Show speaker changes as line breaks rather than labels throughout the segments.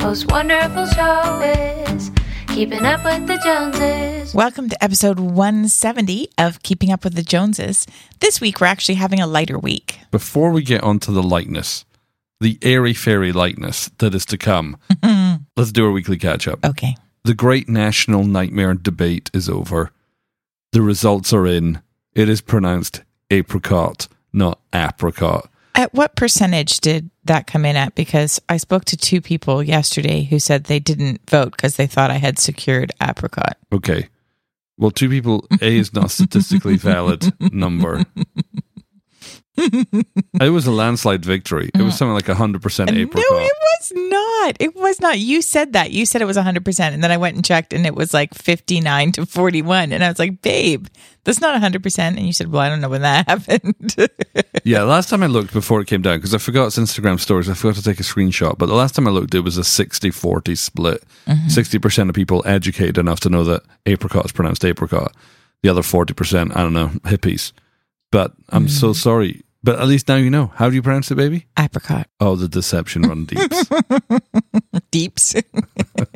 most wonderful show is Keeping Up with the Joneses.
Welcome to episode 170 of Keeping Up with the Joneses. This week, we're actually having a lighter week.
Before we get on to the lightness, the airy fairy lightness that is to come, let's do our weekly catch up.
Okay.
The great national nightmare debate is over. The results are in. It is pronounced apricot, not apricot.
At what percentage did that come in at? Because I spoke to two people yesterday who said they didn't vote because they thought I had secured apricot.
Okay. Well, two people, A is not a statistically valid number. it was a landslide victory. It was something like 100% apricot.
Uh-huh. No, it was not. It was not. You said that. You said it was 100%. And then I went and checked and it was like 59 to 41. And I was like, babe, that's not 100%. And you said, well, I don't know when that happened.
Yeah, last time I looked before it came down, because I forgot it's Instagram stories, I forgot to take a screenshot. But the last time I looked, it was a 60 40 split. 60% of people educated enough to know that apricot is pronounced apricot. The other 40%, I don't know, hippies. But I'm so sorry. But at least now you know. How do you pronounce it, baby?
apricot.
Oh, the deception run deeps.
deeps.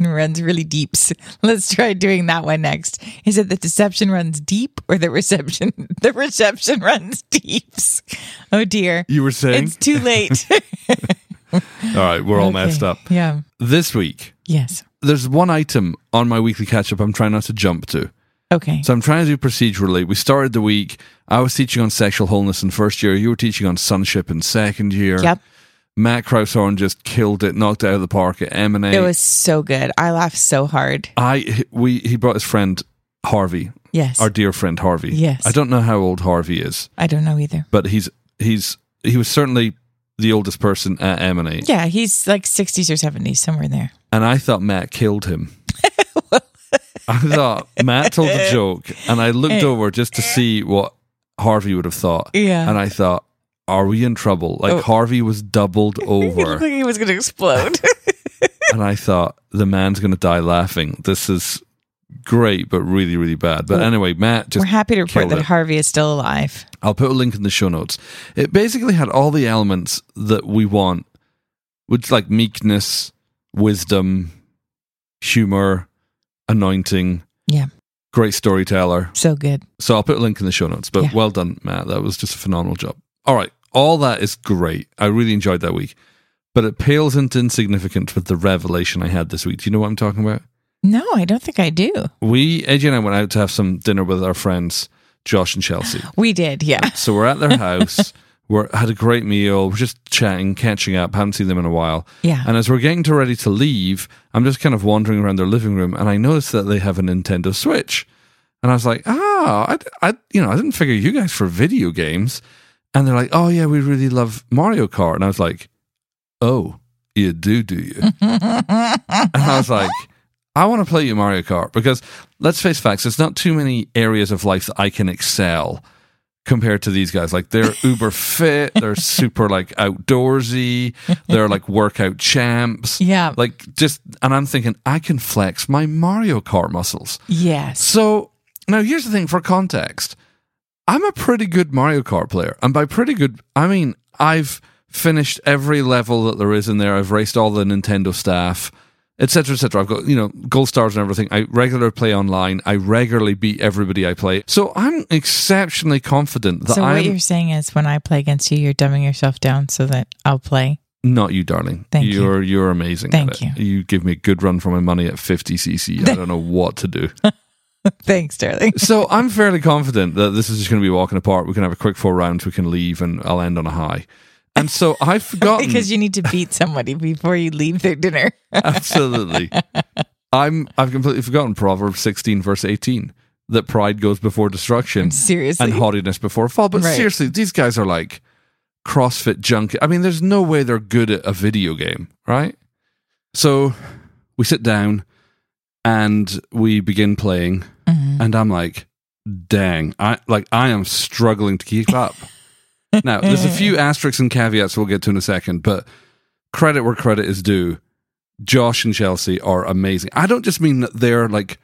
runs really deeps. Let's try doing that one next. Is it the deception runs deep or the reception? The reception runs deeps. Oh dear.
You were saying?
It's too late.
All right, we're all messed
Okay.
up.
Yeah.
This week,
Yes.
there's one item on my weekly catch up I'm trying not to jump to.
Okay.
So I'm trying to do procedurally. We started the week. I was teaching on sexual wholeness in first year. You were teaching on sonship in second year.
Yep.
Matt Kraushorn just killed it, knocked it out of the park at M and
It
A.
was so good. I laughed so hard.
I we he brought his friend Harvey,
Yes.
our dear friend Harvey.
Yes.
I don't know how old Harvey is,
I don't know either.
but he's he's he was certainly the oldest person at M and A.
Yeah, he's like 60s or 70s, somewhere in there.
And I thought Matt killed him. I thought Matt told a joke, and I
Eh.
looked over just to see what Harvey would have thought.
Yeah.
And I thought, are we in trouble? Like
Oh.
Harvey was doubled
He looked
over,
like he was going to explode.
and I thought the man's going to die laughing. This is great, but really, really bad. But anyway, Matt
We're
just
happy to report
killed
that
it.
Harvey is still alive.
I'll put a link in the show notes. It basically had all the elements that we want, which like meekness, wisdom, humor, anointing,
Yeah.
great storyteller.
So good.
So I'll put a link in the show notes. But
Yeah.
well done, Matt. That was just a phenomenal job. All right. All that is great. I really enjoyed that week. But it pales into insignificance with the revelation I had this week. Do you know what I'm talking about?
No, I don't think I do.
We, AJ and I went out to have some dinner with our friends, Josh and Chelsea.
We did, yeah.
So we're at their house. We're had a great meal. We're just chatting, catching up. Haven't seen them in a while.
Yeah.
And as we're getting to ready to leave, I'm just kind of wandering around their living room, and I noticed that they have a Nintendo Switch. And I was like, ah, I, d- I- you know, I didn't figure you guys for video games. And they're like, oh yeah, we really love Mario Kart. And I was like, oh, you do, do you? And I was like, I want to play you Mario Kart because let's face facts, there's not too many areas of life that I can excel compared to these guys. Like they're uber fit, they're super like outdoorsy, they're like workout champs.
Yeah.
Like just and I'm thinking I can flex my Mario Kart muscles.
Yes.
So now here's the thing for context. I'm a pretty good Mario Kart player. And by pretty good, I mean I've finished every level that there is in there. I've raced all the Nintendo staff, etc., etc. I've got, you know, gold stars and everything. I regularly play online. I regularly beat everybody I play. So I'm exceptionally confident that
So what
I'm
you're saying is when I play against you, you're dumbing yourself down so that I'll play.
not you, darling.
Thank you.
you're you. are you are amazing.
Thank
at it. You give me a good run for my money at 50cc. I don't know what to do.
Thanks, darling.
so I'm fairly confident that this is just going to be walking apart. We can have a quick four rounds. We can leave, and I'll end on a high. And so I've forgotten
Because you need to beat somebody before you leave their dinner.
absolutely. I'm I've completely forgotten Proverbs 16 verse 18 that pride goes before destruction
Seriously.
and haughtiness before fall. But
Right.
seriously, these guys are like CrossFit junk. I mean, there's no way they're good at a video game, right? So we sit down and we begin playing,
Mm-hmm.
and I'm like, dang, I like I am struggling to keep up. now, there's a few asterisks and caveats we'll get to in a second, but credit where credit is due. Josh and Chelsea are amazing. I don't just mean that they're like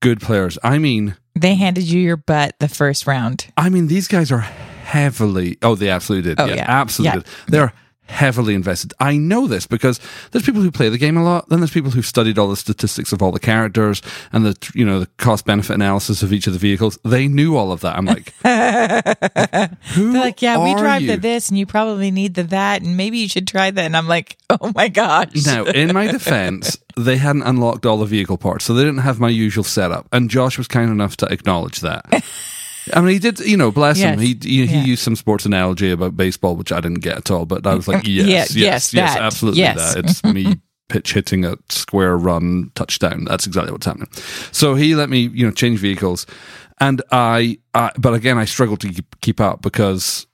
good players. I mean
they handed you your butt the first round.
I mean, these guys are heavily. Oh, they absolutely did.
Oh,
yeah,
yeah.
absolutely.
Yeah.
Did. They're heavily invested. I know this because there's people who play the game a lot. Then there's people who've studied all the statistics of all the characters and the you know the cost benefit analysis of each of the vehicles. They knew all of that. I'm like, who
They're like, yeah, we
are
drive
you?
the this, and you probably need the that, and maybe you should try that. And I'm like, oh my gosh.
Now, in my defense, they hadn't unlocked all the vehicle parts, so they didn't have my usual setup. And Josh was kind enough to acknowledge that. I mean, he did, you know, bless him. He
Yes.
he, he
Yeah.
used some sports analogy about baseball, which I didn't get at all. But I was like,
Yeah,
yes, yes, yes,
yes, that.
absolutely
Yes.
that. It's me pitch hitting a square run touchdown. That's exactly what's happening. So he let me, you know, change vehicles, and I, I but again, I struggled to keep- keep up because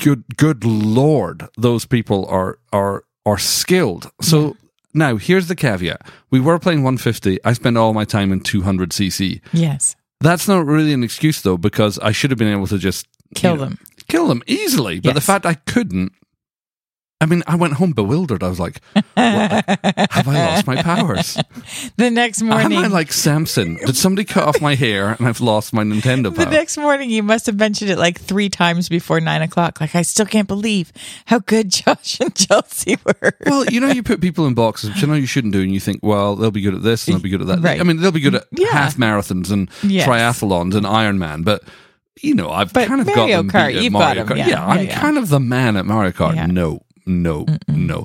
good good lord those people are are are skilled so now here's the caveat we were playing 150 i spent all my time in 200 cc
Yes.
that's not really an excuse though because i should have been able to just you
Kill
know,
them.
kill them easily but the
Yes.
fact i couldn't i mean i went home bewildered i was like what, have i lost my powers
The next
am
morning.
i like samson did somebody cut off my hair and i've lost my nintendo
the
power
next morning, you must have mentioned it like three times before nine o'clock. Like, I still can't believe how good Josh and Chelsea were.
Well, you know, you put people in boxes, which I know you shouldn't do, and you think, well, they'll be good at this and they'll be good at that.
Right.
I mean, they'll be good at
Yeah.
half marathons and
Yes.
triathlons and Ironman, but you know, I've
But
kind of got
Mario
them beat
Kart,
at
you've
Mario
got 'em,
Kart.
yeah, yeah,
I'm
yeah.
kind of the man at Mario Kart.
Yeah.
No, no, no.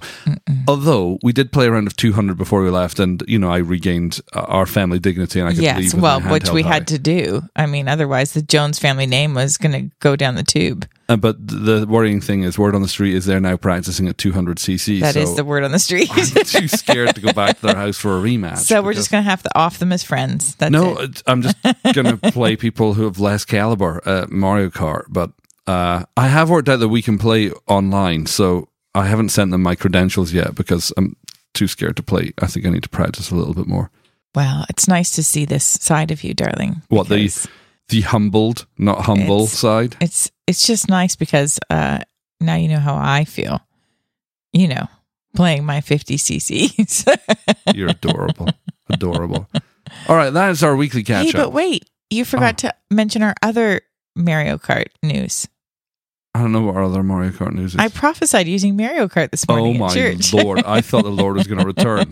Although we did play a round of 200 before we left, and you know, I regained uh, our family dignity, and I could leave.
Yes.
with
Well,
my
which
handheld
we
high.
had to do. I mean, otherwise, the Jones family name was going to go down the tube.
Uh, but the worrying thing is, word on the street is they're now practicing at 200 cc.
That is
so
the word on the street.
I'm too scared to go back to their house for a rematch.
so we're
because-
just going to have to off them as friends. That's
no, uh,
it.
it's- I'm just going to play people who have less caliber at Mario Kart. But uh, I have worked out that we can play online, so I haven't sent them my credentials yet because I'm too scared to play. I think I need to practice a little bit more.
Well, it's nice to see this side of you, darling.
What, the-
because
The humbled, not humble
It's-
side.
It's it's just nice because uh, now you know how I feel. You know, playing my fifty CCs.
You're adorable, adorable. All right, that is our weekly catch
hey,
up. Oh.
but wait, you forgot to mention our other Mario Kart news.
I don't know what our other Mario Kart news is.
I prophesied using Mario Kart this
Oh
morning at
my
church.
lord! I thought the Lord was going to return.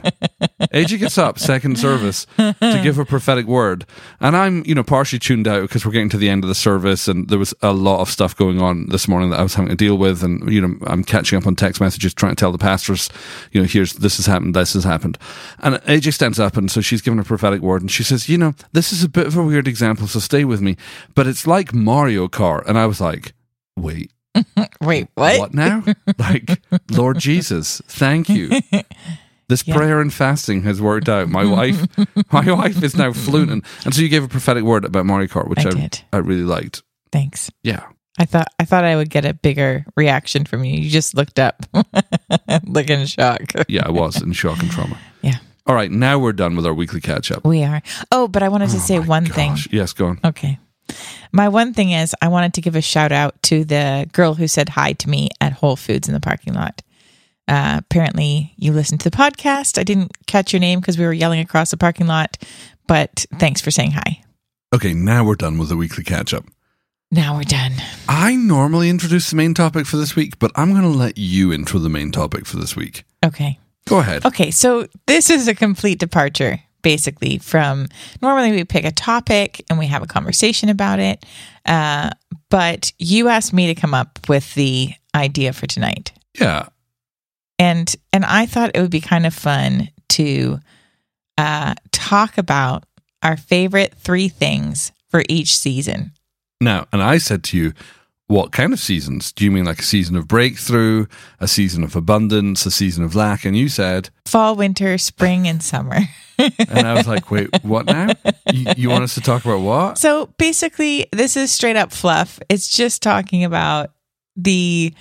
AJ gets up, second service, to give a prophetic word, and I'm, you know, partially tuned out because we're getting to the end of the service, and there was a lot of stuff going on this morning that I was having to deal with, and you know, I'm catching up on text messages, trying to tell the pastors, you know, here's this has happened, this has happened, and AJ stands up, and so she's given a prophetic word, and she says, you know, this is a bit of a weird example, so stay with me, but it's like Mario Kart, and I was like, wait
Wait, what?
now? like, Lord Jesus, thank you. This prayer and fasting has worked out. My wife, my wife is now fluent, and, and so you gave a prophetic word about Mario Kart, which
I
I, I,
did.
really liked.
Thanks.
Yeah,
I thought I thought I would get a bigger reaction from you. You just looked up, looking in shock.
yeah, I was in shock and trauma.
Yeah,
All right, now we're done with our weekly catch up.
we are. Oh, but I wanted to say one thing.
Yes, go on.
Okay. My one thing is, I wanted to give a shout out to the girl who said hi to me at Whole Foods in the parking lot. Uh, apparently, you listened to the podcast. I didn't catch your name because we were yelling across the parking lot, but thanks for saying hi.
Okay, now we're done with the weekly catch up.
Now we're done.
I normally introduce the main topic for this week, but I'm going to let you intro the main topic for this week.
Okay.
Go ahead.
Okay, so this is a complete departure basically from normally we pick a topic and we have a conversation about it. Uh, but you asked me to come up with the idea for tonight.
Yeah,
And and I thought it would be kind of fun to uh, talk about our favorite three things for each season.
Now, and I said to you, what kind of seasons? Do you mean like a season of breakthrough, a season of abundance, a season of lack? And you said,
Fall, winter, spring, and summer.
and I was like, wait, what now? You, you want us to talk about what?
So basically, this is straight up fluff. It's just talking about the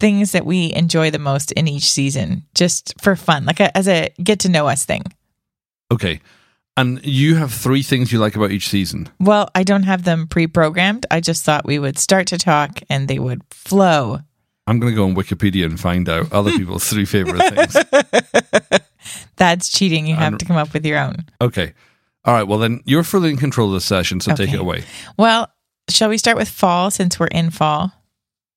things that we enjoy the most in each season, just for fun, like a, as a get to know us thing.
Okay. And you have three things you like about each season.
Well, I don't have them pre programmed. I just thought we would start to talk and they would flow.
I'm going to go on Wikipedia and find out other people's three favorite things.
That's cheating. You have
I'm-
to come up with your own.
Okay. All right. Well, then you're fully in control of the session, so take
Okay.
it away.
Well, shall we start with fall since we're in fall?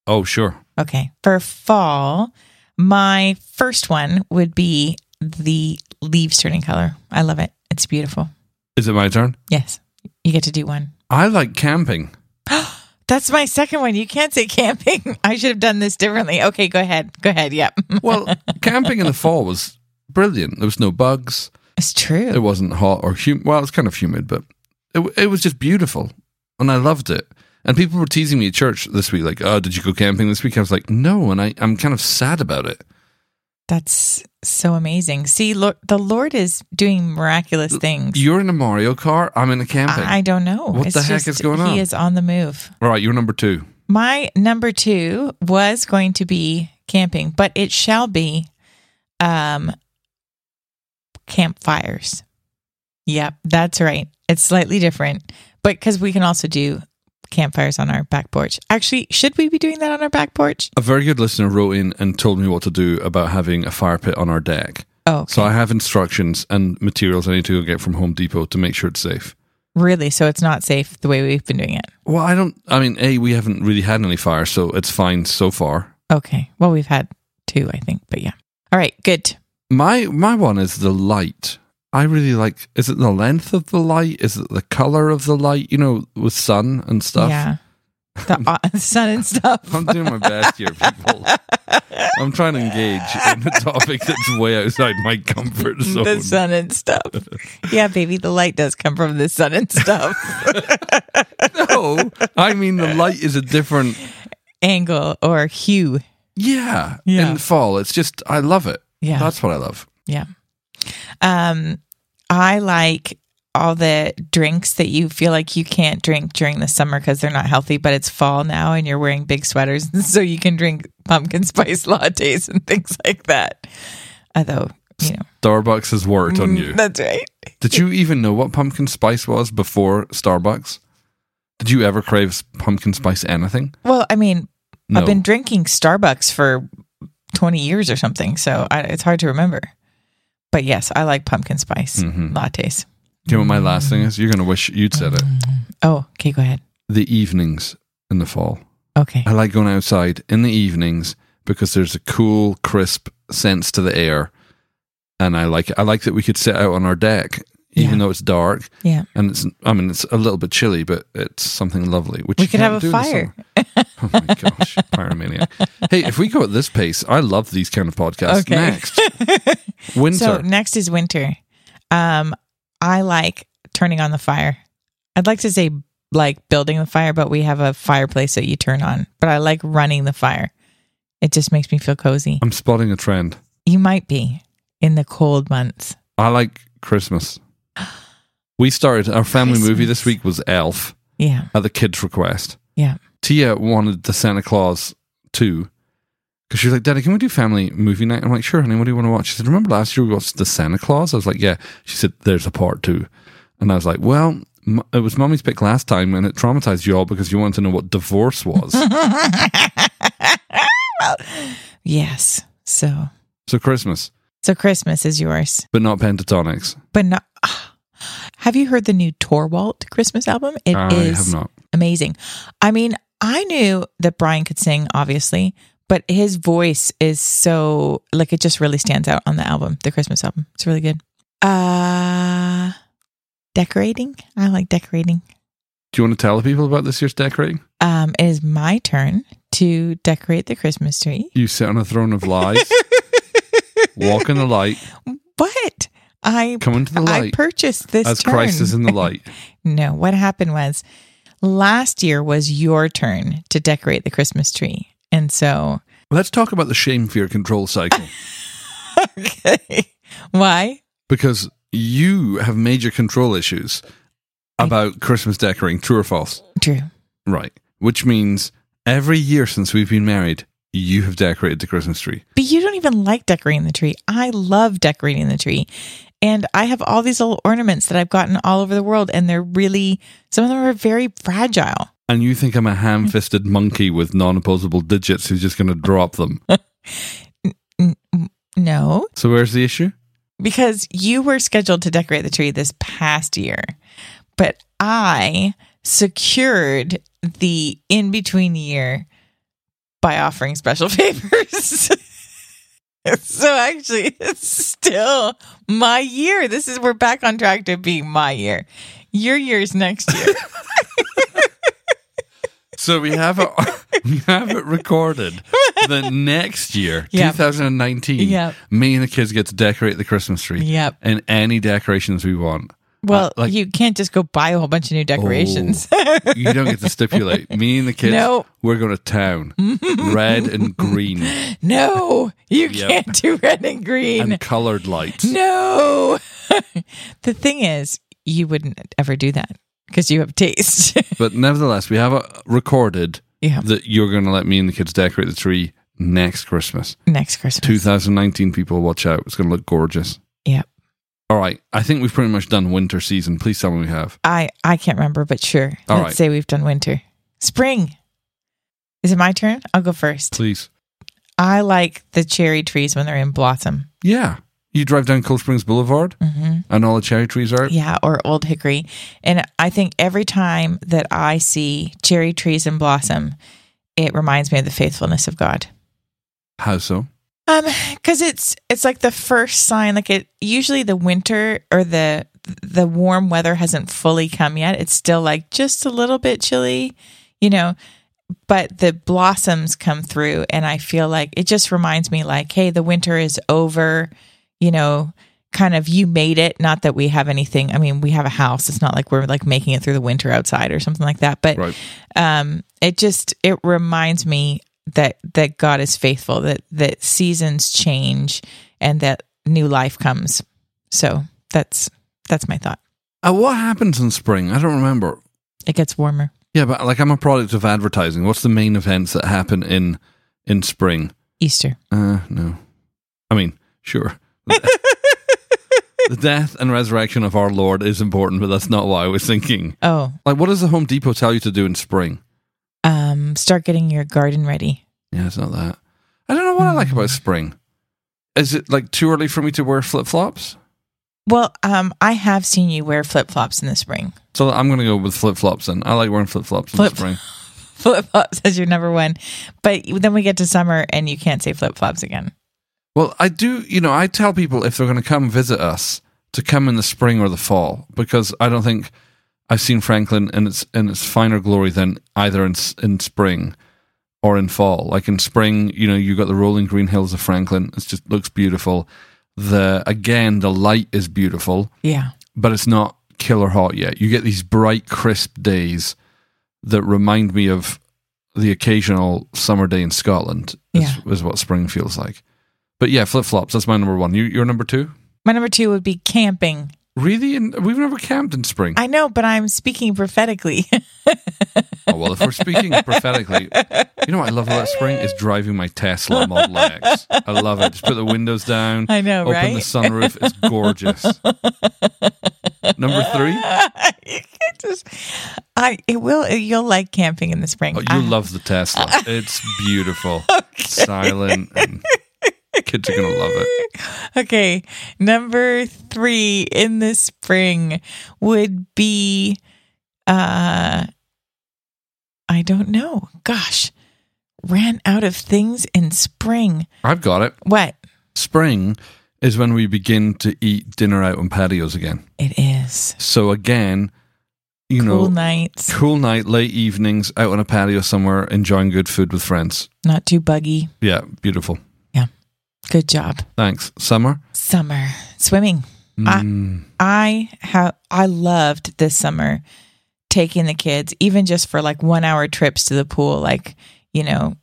Oh, sure.
Okay. For fall, My first one would be the leaves turning color. I love it. It's beautiful.
Is it my turn?
Yes. You get to do one.
I like camping.
That's my second one. You can't say camping. I should have done this differently. Okay, go ahead. Go ahead. Yep.
Well, camping in the fall was brilliant. There was no bugs.
It's
It
true.
wasn't hot or humid. Well, it's kind of humid, but it, w- it was just beautiful, and I loved it. And people were teasing me at church this week, like, "Oh, did you go camping this week?" I was like, "No," and I, I'm kind of sad about it.
That's so amazing. See, Lord, the Lord is doing miraculous things.
You're in a Mario car. I'm in a camping.
I I don't know.
What the heck is going on?
He is on the move.
All right, you're number two.
My number two was going to be camping, but it shall be um campfires. Yep, that's right. It's slightly different, but because we can also do campfires on our back porch. Actually, should we be doing that on our back porch?
A very good listener wrote in and told me what to do about having a fire pit on our deck.
Oh, okay.
So I have instructions and materials I need to go get from Home Depot to make sure it's safe.
really? So it's not safe the way we've been doing it.
Well, I don't. I mean, a we haven't really had any fire, so it's fine so far.
Okay. Well, we've had two, I think, but yeah. All right, good.
My my one is the light. I really like. Is it the length of the light? Is it the color of the light? You know, with sun and stuff.
Yeah. The uh, sun and stuff.
I'm doing my best here, people. I'm trying to engage in a topic that's way outside my comfort zone.
The sun and stuff. Yeah, baby, the light does come from the sun and stuff
No, I mean the light is a different.
angle or hue.
Yeah,
Yeah.
in the fall, it's just I love it.
Yeah.
That's what I love.
yeah. Um, I like all the drinks that you feel like you can't drink during the summer because they're not healthy, but it's fall now and you're wearing big sweaters, so you can drink pumpkin spice lattes and things like that. Although, you know, Mm,
Starbucks has worked on you.
that's right.
Did you even know what pumpkin spice was before Starbucks? Did you ever crave s- pumpkin spice anything?
Well, I mean,
No.
I've been drinking Starbucks for 20 years or something, so I, it's hard to remember. But yes, I like pumpkin spice
Mhm.
lattes.
Do you know what my last thing is? You're going to wish you'd said it.
Oh, okay, go ahead.
The evenings in the fall.
Okay.
I like going outside in the evenings because there's a cool, crisp sense to the air. And I like it. I like that we could sit out on our deck, even
Yeah.
though it's dark.
Yeah.
And it's, I mean, it's a little bit chilly, but it's something lovely. Which
We
you
could have
can't
a
do in the
fire.
summer. Oh my gosh, pyromaniac. Hey, if we go at this pace, I love these kind of podcasts.
Okay.
Next, winter.
So next is winter. Um, I like turning on the fire. I'd like to say like building the fire, but we have a fireplace that you turn on. But I like running the fire. It just makes me feel cozy.
I'm spotting a trend.
You might be in the cold months.
I like Christmas. We started our family movie this
Christmas.
week was Elf
Yeah.
at the kids' request.
Yeah.
Tia wanted the Santa Claus 2 because she was like, Daddy, can we do family movie night? I'm like, Sure, honey, what do you want to watch? She said, Remember last year we watched the Santa Claus? I was like, Yeah. She said, There's a part two. And I was like, Well, m- it was mommy's pick last time and it traumatized you all because you wanted to know what divorce was.
Yes. So
so Christmas,
so Christmas is yours,
but not pentatonics.
but not. ah. Have you heard the new Torwalt Christmas album? It is
I have not.
amazing. I mean, I knew that Brian could sing, obviously, but his voice is so like it just really stands out on the album, the Christmas album. It's really good. Uh decorating. I like decorating.
Do you want to tell people about this year's decorating?
Um, it is my turn to decorate the Christmas tree.
You sit on a throne of lies, walk in the light,
But I
come into the
I
light
purchased this
as
turn.
Christ is in the light.
no, what happened was last year was your turn to decorate the Christmas tree. And so
Let's talk about the shame fear control cycle
okay. Why?
because you have major control issues about Christmas decorating, true or false.
True.
Right. Which means every year since we've been married, you have decorated the Christmas tree.
But you don't even like decorating the tree. I love decorating the tree. And I have all these little ornaments that I've gotten all over the world and they're really some of them are very fragile.
And you think I'm a ham fisted monkey with non opposable digits who's just going to drop them.
No,
So, where's the issue?
because you were scheduled to decorate the tree this past year, but I secured the in between year by offering special favors. so actually, it's still my year. This is we're back on track to being my year. Your year's next year.
So we have it. We have it recorded. The next year,
Yep.
2019,
Yep.
me and the kids get to decorate the Christmas tree.
Yep.
And any decorations we want.
Well,
like-
you can't just go buy a whole bunch of new decorations.
Oh, you don't get to stipulate. Me and the kids,
No.
we're going to town. Red and green
no, you
Yep.
can't do red and green.
and colored lights.
no. the thing is, you wouldn't ever do that because you have taste.
But nevertheless, we have it recorded
yeah.
that you're going to let me and the kids decorate the tree next Christmas.
Next Christmas.
2019, people, watch out. It's going to look gorgeous.
Yep.
All right. I think we've pretty much done winter season. Please tell me we have.
I I can't remember, but sure.
All
Let's
right.
say we've done winter. Spring. Is it my turn? I'll go first.
Please.
I like the cherry trees when they're in blossom.
Yeah. You drive down Cold Springs Boulevard
hmm
and all the cherry trees are out.
Yeah, or old hickory. And I think every time that I see cherry trees in blossom, it reminds me of the faithfulness of God.
How so?
Um, because it's it's like the first sign. Like it usually the winter or the the warm weather hasn't fully come yet. It's still like just a little bit chilly, you know. But the blossoms come through, and I feel like it just reminds me, like, hey, the winter is over. You know, kind of you made it. Not that we have anything. I mean, we have a house. It's not like we're like making it through the winter outside or something like that. But
Right.
um, it just it reminds me that that God is faithful, that that seasons change, and that new life comes. So that's that's my thought.
Uh, what happens in spring? I don't remember.
It gets warmer.
Yeah, but like I'm a product of advertising. What's the main events that happen in in spring?
Easter.
Uh, no. I mean, sure. the death and resurrection of our Lord is important, but that's not what I was thinking.
Oh,
Like, what does the Home Depot tell you to do in spring?
um, start getting your garden ready.
Yeah, it's not that. I don't know what I like about spring. Is it like too early for me to wear flip flops?
Well, um, I have seen you wear flip flops in the spring.
So I'm going to go with flip flops then. I like wearing flip flops in
Flip-
spring.
Flip flops as your number one, but then we get to summer and you can't say flip flops again.
Well, I do, you know, I tell people if they're going to come visit us to come in the spring or the fall because I don't think I've seen Franklin in its in its finer glory than either in s- in spring or in fall. Like in spring, you know, you got the rolling green hills of Franklin. It just looks beautiful. The again, the light is beautiful,
Yeah.
but it's not killer hot yet. You get these bright, crisp days that remind me of the occasional summer day in Scotland. Is, is what spring feels like. But yeah, flip flops. That's my number one. You, your number two?
My number two would be camping.
Really? And we've never camped in spring.
I know, but I'm speaking prophetically.
oh well, if we're speaking prophetically, you know what I love about spring is driving my Tesla Model X. I love it. Just put the windows down.
I know,
open
right?
the sunroof. It's gorgeous. number three.
you can't just, I it will you'll like camping in the spring. Ah,
Oh, you
I-
love the Tesla. It's beautiful, silent, and kids are gonna love it.
Okay, number three in the spring would be, uh, I don't know. Gosh, ran out of things in spring.
I've got it.
What
Spring is when we begin to eat dinner out on patios again.
it is?
So again, you
cool
know,
nights,
cool night, late evenings, out on a patio somewhere, enjoying good food with friends.
not too buggy.
Yeah, beautiful.
Good job.
Thanks. Summer.
Summer swimming. I-
Mm.
I have I loved this summer taking the kids even just for like 1 hour trips to the pool like you know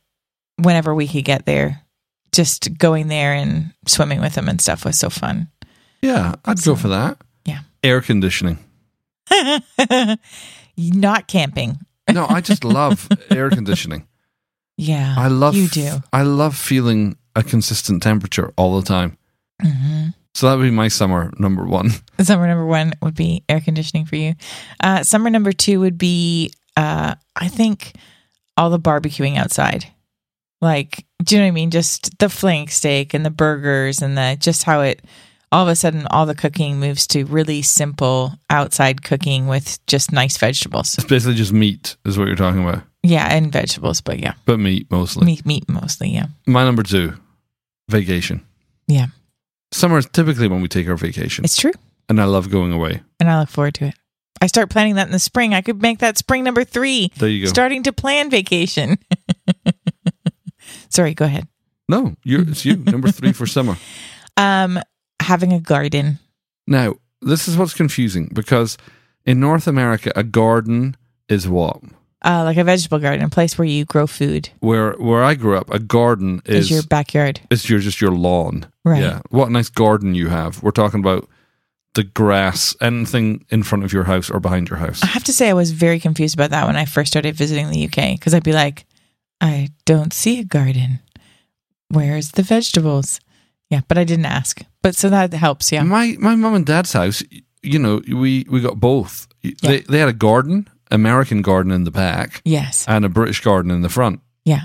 whenever we could get there just going there and swimming with them and stuff was so fun.
yeah, I'd go for that.
Yeah.
Air conditioning.
Not camping.
No, I just love air conditioning.
Yeah.
I love
You do.
I love feeling a consistent temperature all the time.
Mhm.
So that would be my summer number one.
Summer number 1 would be air conditioning for you. Uh summer number 2 would be uh I think all the barbecuing outside. Like, do you know what I mean? Just the flank steak and the burgers and the just how it all of a sudden all the cooking moves to really simple outside cooking with just nice vegetables.
It's basically just meat, is what you're talking about.
Yeah, and vegetables, but yeah.
But meat mostly.
Meat meat mostly, yeah.
My number two, vacation.
Yeah.
Summer is typically when we take our vacation,
It's true.
and I love going away.
And I look forward to it. I start planning that in the spring. I could make that spring number three.
There you go.
Starting to plan vacation. Sorry, go ahead.
no, you're, it's you number three for summer.
Um, having a garden.
Now, this is what's confusing because in North America, a garden is what
Uh, like a vegetable garden, a place where you grow food
where where I grew up. A garden
is,
is
your backyard.
it's your just your lawn.
Right.
Yeah. What a nice garden you have. We're talking about the grass, anything in front of your house or behind your house.
I have to say, I was very confused about that when I first started visiting the UK because I'd be like, I don't see a garden. Where's the vegetables? Yeah, but I didn't ask. But so that helps. Yeah.
My my mum and dad's house, y- you know, we we got both. They they had a garden, American garden in the back,
Yes.
and a British garden in the front.
Yeah.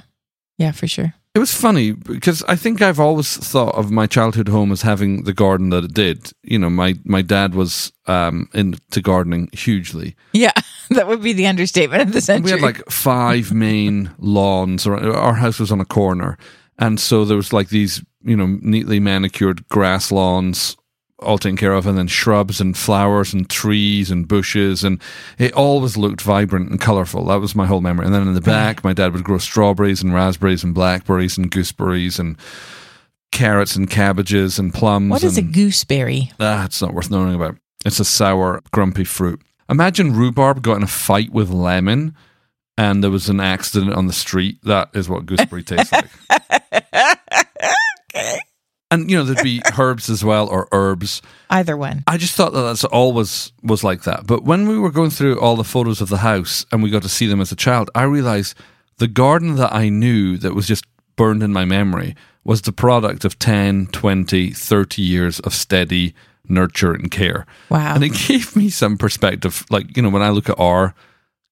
Yeah, for sure.
It was funny because I think I've always thought of my childhood home as having the garden that it did. You know, my my dad was um into gardening hugely.
Yeah. That would be the understatement of the
And
century.
we had like five main lawns. Around, our house was on a corner, and so there was like these, you know, neatly manicured grass lawns, all taken care of, and then shrubs and flowers and trees and bushes, and it always looked vibrant and colourful. That was my whole memory. And then in the back, my dad would grow strawberries and raspberries and blackberries and gooseberries and carrots and cabbages and plums.
what is a
and,
gooseberry?
Ah, it's not worth knowing about. It's a sour, grumpy fruit. Imagine rhubarb got in a fight with lemon and there was an accident on the street. That is what gooseberry tastes like. And, you know, there'd be herbs as well or herbs.
Either one.
I just thought that that's always was like that. But when we were going through all the photos of the house and we got to see them as a child, I realized the garden that I knew that was just burned in my memory was the product of 10, 20, 30 years of steady nurture and care.
Wow.
And it gave me some perspective. Like, you know, when I look at our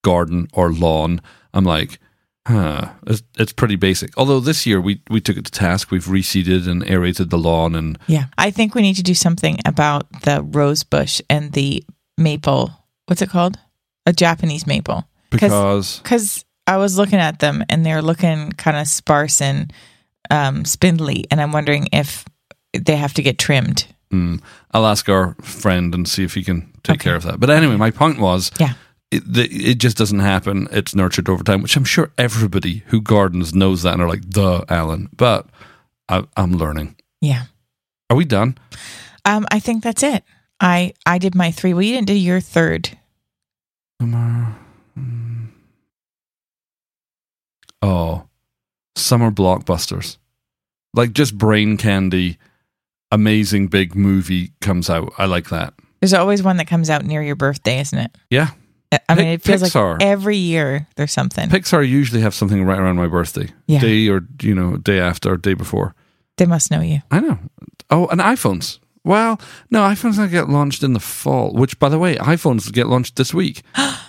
garden or lawn, I'm like, huh, it's, it's pretty basic. Although this year we, we took it to task. We've reseeded and aerated the lawn and
Yeah. I think we need to do something about the rose bush and the maple. What's it called? A Japanese maple.
because
because I was looking at them and they're looking kind of sparse and um, spindly, and I'm wondering if they have to get trimmed.
Mm. I'll ask our friend and see if he can take care of that. But anyway, my point was,
Yeah.
it, the, it just doesn't happen. It's nurtured over time, which I'm sure everybody who gardens knows that and are like, duh, Alan. But I, I'm learning.
Yeah.
Are we done?
Um, I think that's it. I I did my three. Well, you didn't do your third.
Summer. mm. Oh, summer blockbusters. Like just brain candy. Amazing big movie comes out. I like that.
There's always one that comes out near your birthday, isn't it?
Yeah.
I- I mean,
Pic-
it feels
Pixar.
like every year there's something.
Pixar usually have something right around my birthday,
Yeah.
day or you know day after, day before.
they must know you.
I know. Oh, and iPhones. Well, no, iPhones gonna get launched in the fall. Which, by the way, iPhones get launched this week.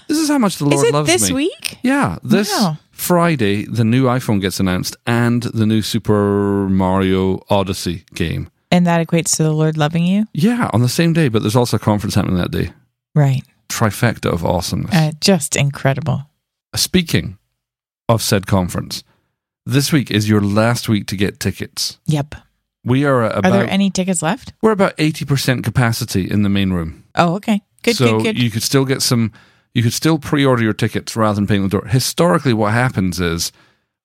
this is how much the Lord
Is it
loves
this
me.
week?
Yeah, this
Wow.
Friday the new iPhone gets announced, and the new Super Mario Odyssey game.
And that equates to the Lord loving you,
Yeah, on the same day, but there's also a conference happening that day.
right?
Trifecta of awesomeness.
Uh, just incredible.
Speaking of said conference, this week is your last week to get tickets.
Yep.
We are at
Are
about
there any tickets left?
we're about eighty percent capacity in the main room.
Oh, okay. Good.
so
good. Good.
you could still get some. You could still pre-order your tickets rather than paying the door. Historically, what happens is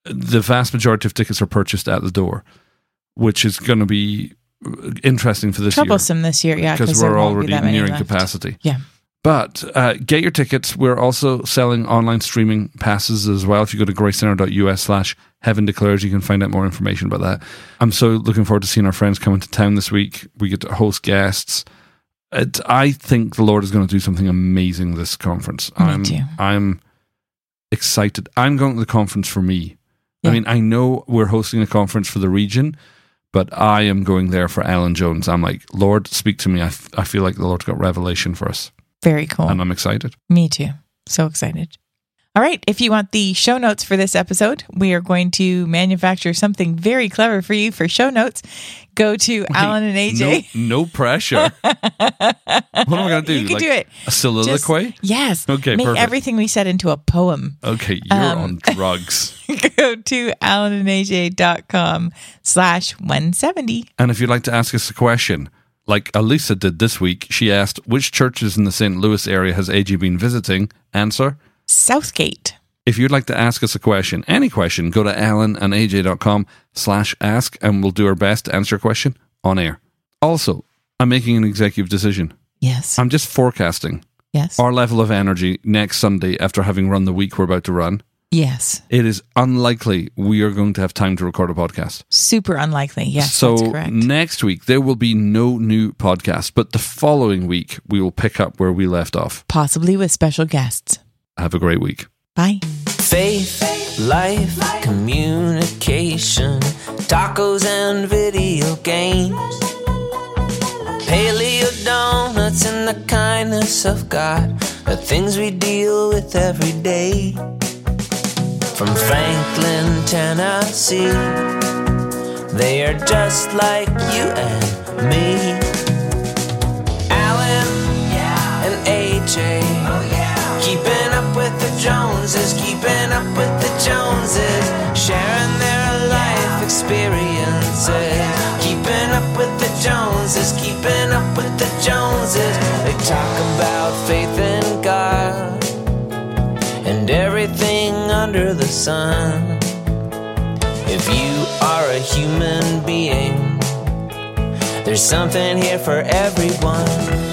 uh, the vast majority of tickets are purchased at the door, which is going to be uh, interesting for this year
troublesome this year, yeah,
because
there
we're
won't be
already
that many
nearing
left.
capacity.
Yeah,
But uh, get your tickets. We're also selling online streaming passes as well. If you go to gracecenter.us slash heaven declares, you can find out more information about that. I'm so looking forward to seeing our friends come into town this week. We get to host guests. It, I think the Lord is going to do something amazing this conference.
Me
I'm,
too.
I'm excited. I'm going to the conference for me. I
Yeah.
mean, I know we're hosting a conference for the region, but I am going there for Alan Jones. I'm like, Lord, speak to me. I, f- I feel like the Lord's got revelation for us
very cool.
and uh, I'm excited.
Me too. So excited. All right. If you want the show notes for this episode, we are going to manufacture something very clever for you for show notes. Go to Alan and AJ.
No, no pressure. what am I going to do?
You can do it.
A soliloquy?
Just- yes.
Okay,
Make
perfect.
everything we said into a poem.
okay, you're
Um,
on drugs.
go to alanandaj.com slash 170.
And if you'd like to ask us a question, like Elisa did this week, she asked, which churches in the St. Louis area has AG been visiting? Answer.
Southgate.
If you'd like to ask us a question, any question, go to alanandaj.com slash ask and we'll do our best to answer your question on air. Also, I'm making an executive decision.
Yes.
I'm just forecasting
yes.
our level of energy next Sunday after having run the week we're about to run.
yes.
It is unlikely we are going to have time to record a podcast.
Super unlikely. Yes.
so
that's correct.
next week there will be no new podcast, but the following week we will pick up where we left off.
Possibly with special guests.
Have a great week.
Bye.
Faith, life, communication, tacos and video games. Paleo donuts and the kindness of God are things we deal with every day. From Franklin, Tennessee, they are just like you and me. Alan and AJ. Keeping up with the Joneses, keeping up with the Joneses, sharing their life experiences. Keeping up with the Joneses, keeping up with the Joneses. They talk about faith in God and everything under the sun. If you are a human being, there's something here for everyone.